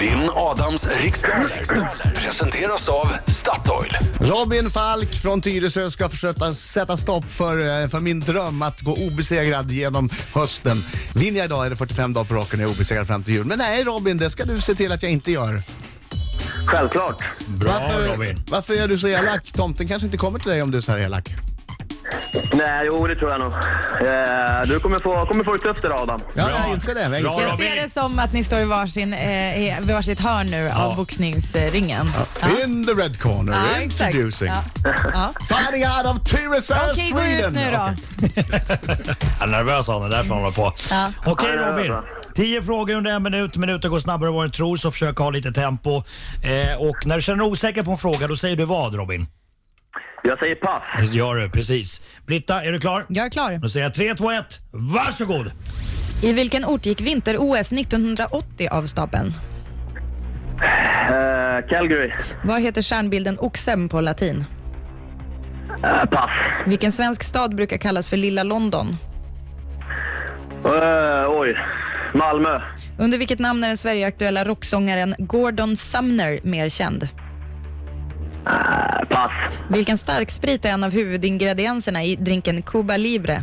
Vinn Adams riksdaler presenteras av Statoil. Robin Falk från Tyresö ska försöka sätta stopp för, eh, för min dröm att gå obesegrad genom hösten. Vinner jag idag är det 45 dagar på raken och jag är obesegrad fram till jul. Men nej Robin, det ska du se till att jag inte gör. Självklart. Bra varför, Robin. varför är du så elak? Tomten kanske inte kommer till dig om du är så här elak. Nej, jo det tror jag nog. Eh, du kommer få, kommer få det tufft idag Adam. Ja, Bra. jag inser det. Jag Bra, inser det. Robin. Jag ser det som att ni står i varsin, eh, i varsitt hörn nu av boxningsringen. Ja. In the red corner, Ja, exakt. introducing. Ja. Ja. Fighting out of Tyresö, Okej, gå Sweden! ut nu då. Okej. Han är nervös han, det är därför han håller på. Ja. Okej Ja, det är Robin. bra. 10 frågor under en minut. Minuter går snabbare än vad du tror så försök ha lite tempo. Eh, och när du känner dig osäker på en fråga då säger du vad Robin? Jag säger pass. Det gör du, precis. Britta, är du klar? Jag är klar. Då säger jag 3, 2, 1. Varsågod! I vilken ort gick vinter-OS 1980 av stapeln? Eh, Calgary. Vad heter stjärnbilden Oxem på latin? Eh, pass. Vilken svensk stad brukar kallas för Lilla London? Eh, oj. Malmö. Under vilket namn är den Sverigeaktuella rocksångaren Gordon Sumner mer känd? Eh, pass. Vilken stark sprit är en av huvudingredienserna i drinken Cuba Libre?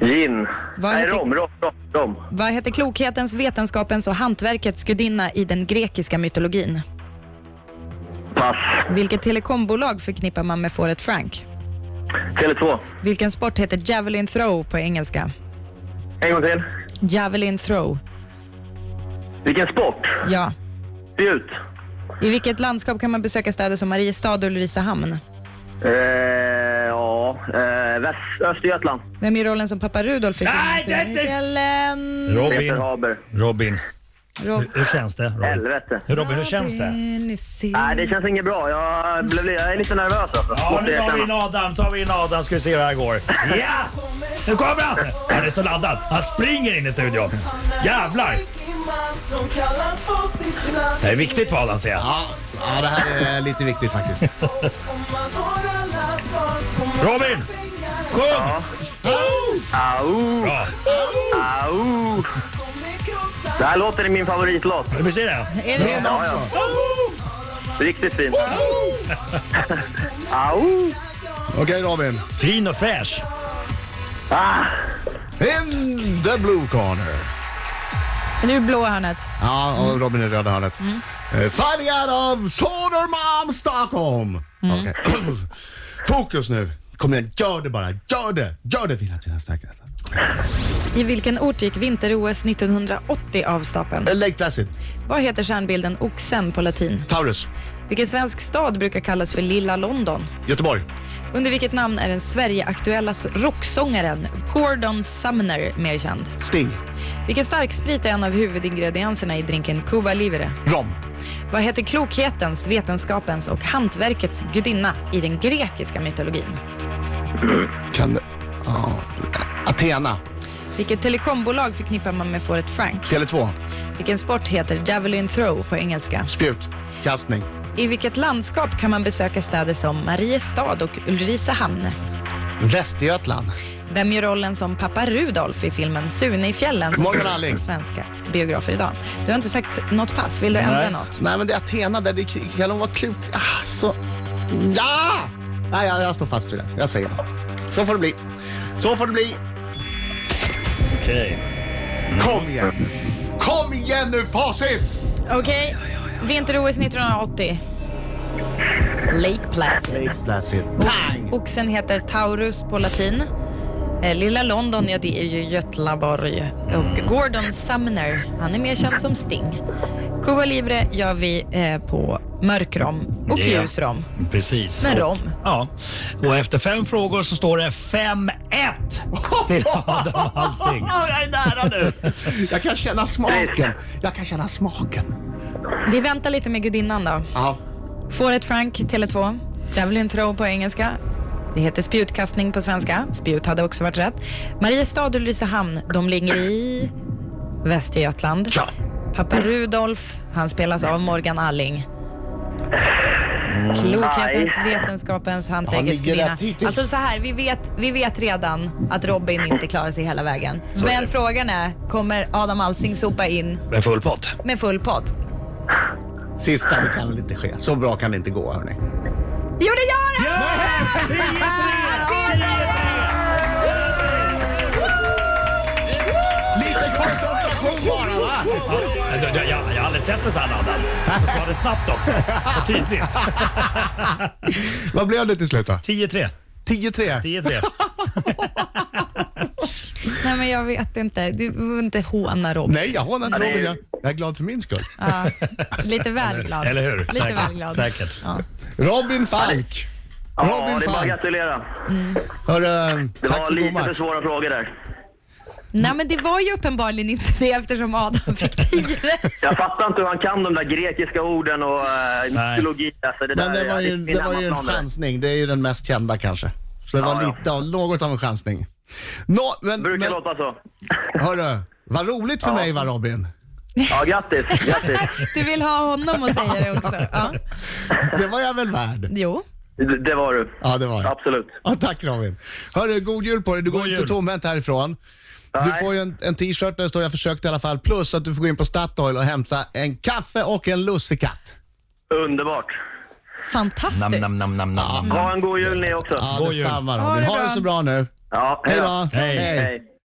Gin. Vad Nej, heter- rom, rom, rom, rom. Vad heter klokhetens, vetenskapens och hantverkets gudinna i den grekiska mytologin? Pass. Vilket telekombolag förknippar man med fåret Frank? Tele2. Vilken sport heter Javelin Throw på engelska? En gång till. Javelin Throw, Vilken sport? ja. Spjut. I vilket landskap kan man besöka städer som Mariestad och Ulricehamn? Eh, ja. Eh, Väst, Östergötland. Vem gör rollen som pappa Rudolf i Nej, det är filmen inte- Fjällen? Peter Robin, Haber. Robin. Rob- Hur, hur känns det? Robin? Helvete. Hur, Robin, hur känns det? Robin i sin- Nej, det känns inget bra. Jag, blev, jag är lite nervös alltså. Ja, Måste nu jag tar vi in erkänna. Adam, tar vi in Adam ska vi se hur det här går. Ja! Nu kommer han! Han är så laddad. Han springer in i studion. Jävlar! Det här är viktigt för Adam ser jag. Ja, ja, det här är lite viktigt faktiskt. Robin! Kom! Au, Bra. au. Det här låter i min favoritlåt. Visst är det? Är det Ja, ja. Riktigt fint. Au! Okej Robin. Fin och fräsch. Ah, In the blue corner. Nu är det blå hörnet. Ja, och Robin i röda hörnet. Mm. Färgad av Södermalm, Stockholm. Okej. Fokus nu. Kom igen, gör det bara. Gör det. Gör det. Vila till nästa. nästa. I vilken ort gick vinter-OS 1980 av stapeln? Eh, Lake Placid. Vad heter stjärnbilden Oxen på latin? Taurus. Vilken svensk stad brukar kallas för Lilla London? Göteborg. Under vilket namn är den Sverigeaktuella rocksångaren Gordon Sumner mer känd? Sting. Vilken stark sprit är en av huvudingredienserna i drinken Cuba Libre? Rom. Vad heter klokhetens, vetenskapens och hantverkets gudinna i den grekiska mytologin? Kan det... ja. Athena. Vilket telekombolag förknippar man med fåret Frank? Tele2. Vilken sport heter Javelin Throw på engelska? Spjut. Kastning. I vilket landskap kan man besöka städer som Mariestad och Ulricehamn? Västergötland. Vem gör rollen som pappa Rudolf i filmen Sune i fjällen? som Morgan går på Alling. Svenska biografer idag. Du har inte sagt något pass. Vill du ändra Nej. något? Nej, men det är Athena där. Det kan hon vara klok? Alltså... Ja! Nej, jag, jag står fast vid det. Jag säger det. Så får det bli. Så får det bli. Okej. Kom igen. Kom igen nu, facit! Okej. Vinter-OS 1980. Lake Placid. Placid. Pang! Oxen heter Taurus på latin. Eh, Lilla London, ja det är ju Götlaborg. Och Gordon Sumner, han är mer känd som Sting. Cuba Libre gör vi eh, på mörkrom och Ja. ljusrom. Precis. Men Och- rom. Ja. Och efter fem frågor så står det 5-1 till Adam Alsing. jag är nära nu! Jag kan känna smaken. Jag kan känna smaken. Vi väntar lite med gudinnan då. Ja. Fåret Frank, Tele2. Javelin Throw på engelska. Det heter spjutkastning på svenska. Spjut hade också varit rätt. Mariestad och Ulricehamn, de ligger i Västergötland. Ja. Pappa Rudolf, han spelas av Morgan Alling. Klokhetens, Nej. vetenskapens, Han hantverkets ligger kvinna. rätt hittills. Alltså så här, vi vet, vi vet redan att Robin inte klarar sig hela vägen. Men frågan är, kommer Adam Alsing sopa in Med full pott. med full pott? Sista, det kan väl inte ske. Så bra kan det inte gå, hörni. Jo, det gör han! Lite koncentration bara, va? Jag, jag, jag, jag har aldrig sett det så här Adam. Och så var det snabbt också. Och tydligt. Vad blev det till slut då? 10-3. 10-3. 10-3. Nej, men jag vet inte. Du behöver inte håna Robin. Nej, jag hånar inte Robin. Jag, jag är glad för min skull. Ja, lite väl glad. Eller hur? Lite Säkert. väl glad. Säkert. Ja. Robin Falk. Ja, Robin det är bara att Falk. gratulera. Hörru, Det tack var för god lite för match. svåra frågor där. Nej, men det var ju uppenbarligen inte det eftersom Adam fick 10 rätt. Jag fattar inte hur han kan de där grekiska orden och uh, Nej. mytologi. Alltså, det Men där, det var ju, är- är det var ju en hemmaplan det där. chansning. Det är ju den mest kända kanske. Så det var Ja, ja. lite av, något av en chansning. Nå, men, Brukar men låta så. hörru, vad roligt för mig va Robin? Ja, grattis. grattis. Du vill ha honom och säga det också. Ja. Det var jag väl värd? Jo. Det- Det var du. Ja, det var jag. Absolut. Ja, tack Robin. Hörru, god jul på dig. Du går God inte jul. tomhänt härifrån. Du Nej. får ju en, en t-shirt där det står “Jag försökte i alla fall” plus att du får gå in på Statoil och hämta en kaffe och en lussekatt. Underbart. Fantastiskt. Nam, nam, nam, nam, nam. Ha en god jul ni också. Ja, God jul. detsamma Ha Robin. det Ha det bra. så bra nu. Ja, Hej då. Hej. Hej.